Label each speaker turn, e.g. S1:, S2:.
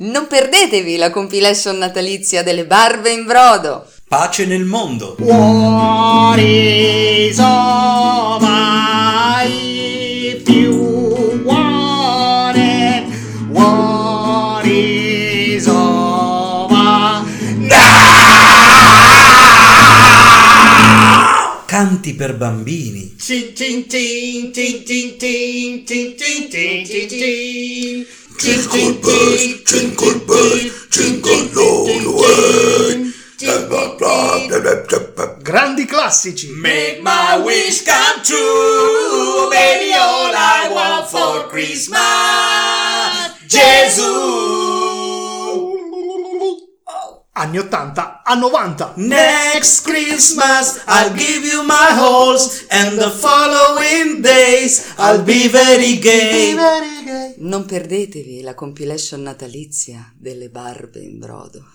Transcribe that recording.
S1: Non perdetevi la compilation natalizia delle barbe in brodo.
S2: Pace nel mondo!
S3: What is all my if you want it? What is all my
S2: Canti per bambini!
S3: Tin tin tin tin tin tin tin tin tin tin tin Jingle bells, jingle bells, jingle all
S4: Grandi classici.
S3: Make my wish come true, baby. All I want for Christmas, Jesus.
S4: Anni 80 a 90.
S2: Next Christmas I'll give you my halls and the following days I'll be very gay.
S1: Non perdetevi la compilation natalizia delle barbe in brodo.